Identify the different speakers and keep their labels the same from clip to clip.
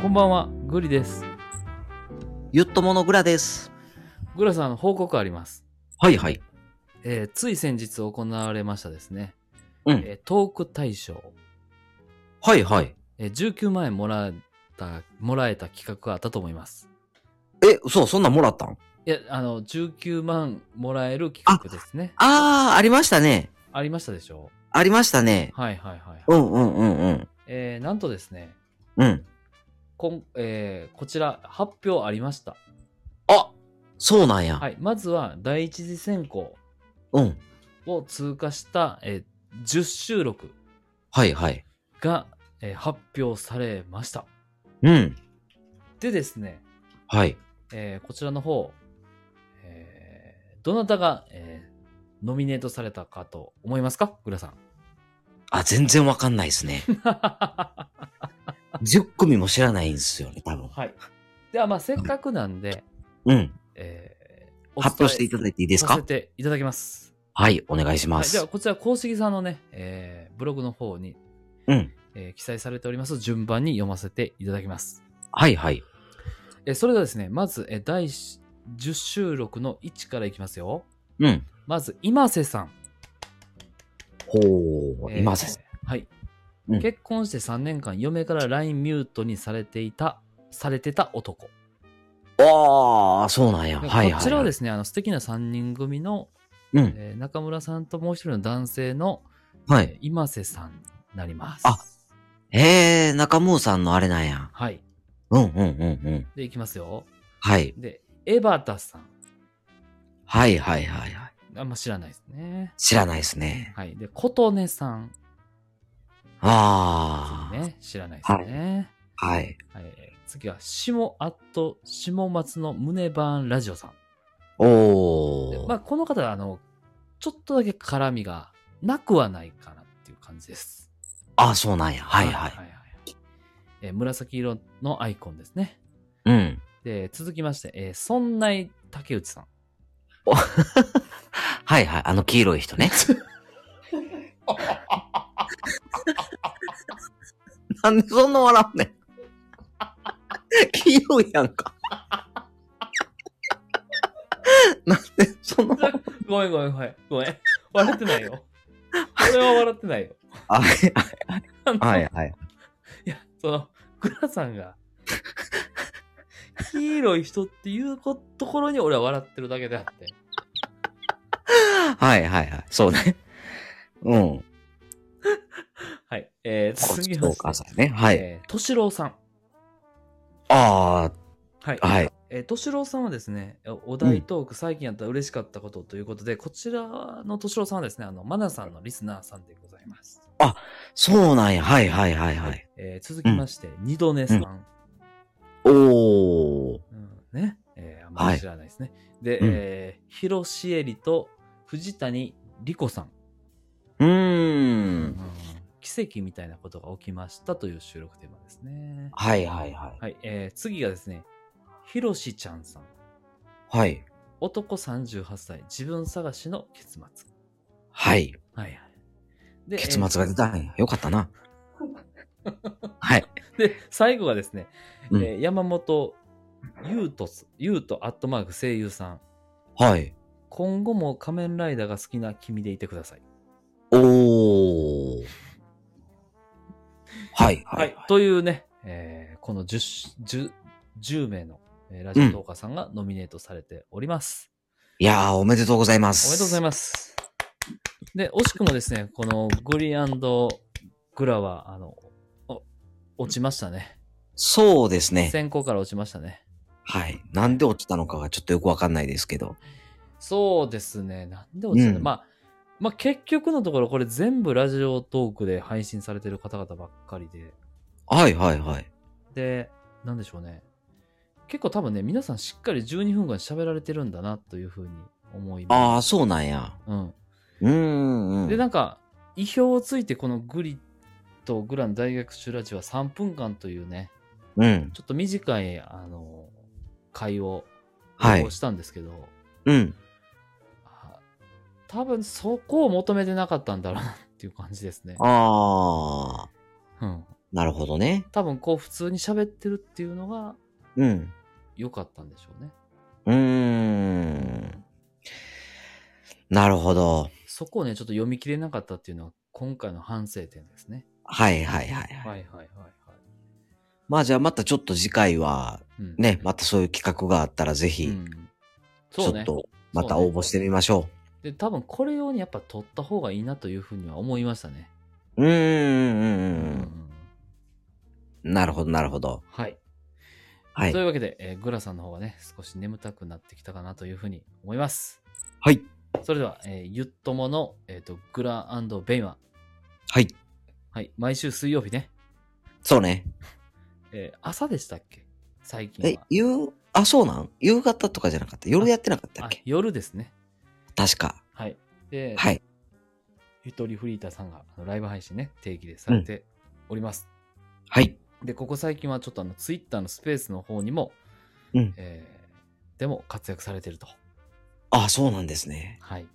Speaker 1: こんばんは、グリです。
Speaker 2: ゆっとものグラです。
Speaker 1: グラさん、報告あります。
Speaker 2: はいはい。
Speaker 1: えーつい先日行われましたですね、
Speaker 2: うん
Speaker 1: えートーク大賞、
Speaker 2: はいはい。
Speaker 1: えー19万円もらった、もらえた企画があったと思います。
Speaker 2: え、嘘そんなんもらったん
Speaker 1: いや、あの、19万もらえる企画ですね。
Speaker 2: あー、ありましたね。
Speaker 1: ありましたでしょ
Speaker 2: ありましたね。
Speaker 1: うはいはいはい。
Speaker 2: うんうんうんうん。
Speaker 1: えーなんとですね、
Speaker 2: うん。
Speaker 1: こんえーこちら発表ありました。
Speaker 2: あそうなんや。
Speaker 1: はい、まずは第一次選考
Speaker 2: うん。
Speaker 1: を通過した、えー10収録
Speaker 2: はいはい。
Speaker 1: が、えー発表されました。
Speaker 2: うん。
Speaker 1: でですね、
Speaker 2: はい。
Speaker 1: えーこちらの方、えーどなたが、えーノミネートされたかと思いますかグラさん。
Speaker 2: あ、全然わかんないです ね。
Speaker 1: は
Speaker 2: 10組も知らないんですよね、多分。
Speaker 1: い。では、まあ、せっかくなんで、
Speaker 2: うん。
Speaker 1: えーお伝え
Speaker 2: 発表していただいていいです
Speaker 1: さ
Speaker 2: か
Speaker 1: せていただきます。
Speaker 2: はい、お願いしま
Speaker 1: はい、では、
Speaker 2: す。
Speaker 1: こちら、公式さんのね、えーブログの方に、
Speaker 2: うん。
Speaker 1: えー記載されております順番に読ませていただきます。
Speaker 2: はいはい。
Speaker 1: えーそれではですね、まず、えー第10収録の1からいきますよ。
Speaker 2: うん。
Speaker 1: まず、今瀬さん。
Speaker 2: ほー、
Speaker 1: えー
Speaker 2: います。
Speaker 1: はい、
Speaker 2: うん
Speaker 1: 結婚して3年間嫁から LINE ミュートにされていたされてた男、
Speaker 2: あー、そうなんや。はいはい。
Speaker 1: こちらはですねあの素敵な3人組の、
Speaker 2: うん。
Speaker 1: えー中村さんともう一人の男性の、
Speaker 2: は
Speaker 1: え
Speaker 2: い。
Speaker 1: ー今瀬さんになります
Speaker 2: あえー、中村さんのあれなんや。
Speaker 1: はい
Speaker 2: うんうんうんうん。
Speaker 1: でいきますよ
Speaker 2: はい。
Speaker 1: で江端さん
Speaker 2: はいはいはいはい。
Speaker 1: あんま知らないですね
Speaker 2: 知らないですね。
Speaker 1: はいで琴音さん
Speaker 2: ああ。
Speaker 1: ね知らないですね、
Speaker 2: はい。
Speaker 1: はい次は下あと下松の胸バーンラジオさん
Speaker 2: お
Speaker 1: で
Speaker 2: ー。
Speaker 1: まあ、この方はあのちょっとだけ絡みがなくはないかなっていう感じです。
Speaker 2: あ、そうなんや。はいはい。
Speaker 1: はいえー紫色のアイコンですね。
Speaker 2: うん。
Speaker 1: で続きまして、えー、そんない竹内さん。
Speaker 2: はいはい。あの黄色い人ね。なんでそんな笑うねん。黄色いやんか。なんでそんな。
Speaker 1: ごめんごめんごめん。ごめん。笑ってないよ。俺は笑ってないよ。
Speaker 2: はい
Speaker 1: あの
Speaker 2: はいはい。
Speaker 1: いや、その、グラさんが、黄色い人っていうこところに俺は笑ってるだけであって。
Speaker 2: はいはいはい。そうね。うん。
Speaker 1: はい。えー、続きま
Speaker 2: お母
Speaker 1: して、
Speaker 2: さんね。はい。
Speaker 1: えー、敏郎さん。
Speaker 2: あ
Speaker 1: はい
Speaker 2: あ、。はい。
Speaker 1: えー、敏郎さんはですね、おお題トーク、最近やったら嬉しかったことということで、こちらの敏郎さんはですね、あの、マナさんのリスナーさんでございます。
Speaker 2: そうなんや。はいはいはいはい。
Speaker 1: えー続きまして、二度寝さん。
Speaker 2: おー。
Speaker 1: うんね。えーあんまり知らないですね。で、
Speaker 2: うん
Speaker 1: えー、広しえりと藤谷莉子さん,、
Speaker 2: う
Speaker 1: う
Speaker 2: ーん。
Speaker 1: 奇跡みたいなことが起きましたという収録テーマですね。
Speaker 2: はいはいはい。
Speaker 1: はい。えー次がですね、ひろしちゃんさん。
Speaker 2: はい。
Speaker 1: 男38歳、自分探しの結末。
Speaker 2: はい。
Speaker 1: はいはい。で
Speaker 2: 結末が出たんや。よかったな。はい。
Speaker 1: で、最後がですね、
Speaker 2: うん
Speaker 1: えー山本優斗す、優斗アットマーク声優さん。
Speaker 2: はい。
Speaker 1: 今後も仮面ライダーが好きな君でいてください。
Speaker 2: おー。はい
Speaker 1: は
Speaker 2: はいい。。
Speaker 1: というね、えーこの 10, 10, 10名のえーラジオトーカーさんがノミネートされております。
Speaker 2: いやー、おめでとうございます。
Speaker 1: おめでとうござい
Speaker 2: ま
Speaker 1: ます。で、惜しくもですね、このグリグラは、あの、お落ちましたね。
Speaker 2: す。そうですね。
Speaker 1: 先行から落ちましたね。
Speaker 2: はい。なんで落ちたのかがちょっとよくわかんないですけど。
Speaker 1: そうですね。なんで落ちたの、
Speaker 2: うん
Speaker 1: まあ、まあ結局のところ、これ全部ラジオトークで配信されてる方々ばっかりで。
Speaker 2: はいはいはい。
Speaker 1: で、なんでしょうね。結構多分ね、皆さんしっかり12分間喋られてるんだなというふうに思い
Speaker 2: あ
Speaker 1: ま
Speaker 2: ー、
Speaker 1: す。
Speaker 2: そうなんや。
Speaker 1: うん。
Speaker 2: うーんうん。
Speaker 1: で、なんか、意表をついてこのグリとグラの大学修ラジオは3分間というね、
Speaker 2: うん。
Speaker 1: ちょっと短い、あの、会を
Speaker 2: はい。
Speaker 1: したんですけど、
Speaker 2: うん。
Speaker 1: あ多分そこを求めてなかったんだろうなっていう感じですね。
Speaker 2: あ
Speaker 1: う
Speaker 2: ー。
Speaker 1: ん。
Speaker 2: なるほどね。
Speaker 1: 多分こう普通に喋ってるっていうのが
Speaker 2: うん。
Speaker 1: 良かったんでしょうね。
Speaker 2: うーん。なるほど。
Speaker 1: そこをね、ちょっと読み切れなかったっていうのは今回の反省点ですね。
Speaker 2: はいはい
Speaker 1: はい
Speaker 2: はいは。
Speaker 1: はいいはいはい。
Speaker 2: まあじゃあまたちょっと次回は、
Speaker 1: うん
Speaker 2: ね、またそういう企画があったらぜ
Speaker 1: う
Speaker 2: ひ、
Speaker 1: ん
Speaker 2: ち
Speaker 1: そ
Speaker 2: ょ
Speaker 1: うね
Speaker 2: っ。とまた応募してみましょ
Speaker 1: で、多分これ用にやっぱ撮った方がいいなというふうには思いましたね。
Speaker 2: う。うーんうん
Speaker 1: う
Speaker 2: うんうん。なるほどなるほど。
Speaker 1: はい。
Speaker 2: はい
Speaker 1: とい。うわけで、えーグラさんの方がね、少し眠たくなってきたかなというふうに思います。
Speaker 2: はい。
Speaker 1: それでは、えーゆっともの、えー、とグラベイマ。
Speaker 2: はい。
Speaker 1: はい。毎週水曜日ね。
Speaker 2: そうね。
Speaker 1: えー朝でしたっけ最近
Speaker 2: え
Speaker 1: は。、
Speaker 2: 夕、あ、そうなん夕方とかじゃなかった。夜やってなかった
Speaker 1: あ
Speaker 2: っけ
Speaker 1: 夜ですね。
Speaker 2: 確か。
Speaker 1: はい。で、
Speaker 2: はい。
Speaker 1: ゆとりフリーターさんがあのライブ配信ね、定期でされております。
Speaker 2: はい。
Speaker 1: で、ここ最近はちょっとあの、ツイッターのスペースの方にも、
Speaker 2: うん
Speaker 1: えーでも活躍されてると、
Speaker 2: あ、そうなんですね。
Speaker 1: はい、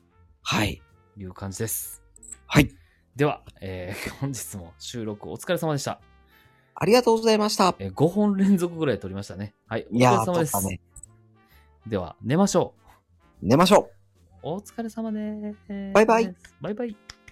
Speaker 2: はい。
Speaker 1: いう感じです。
Speaker 2: はい。
Speaker 1: では、えー 本日も収録お疲れ様でした。
Speaker 2: ありがとうございました。
Speaker 1: え5本連続ぐらい撮りましたね。はい、お
Speaker 2: い
Speaker 1: 疲
Speaker 2: や
Speaker 1: れ
Speaker 2: ー、
Speaker 1: 様
Speaker 2: と
Speaker 1: で
Speaker 2: っ
Speaker 1: す。
Speaker 2: たね。
Speaker 1: では、寝ましょう。
Speaker 2: 寝ましょう。
Speaker 1: お疲れ様です。
Speaker 2: バイバイ。
Speaker 1: バイバイ。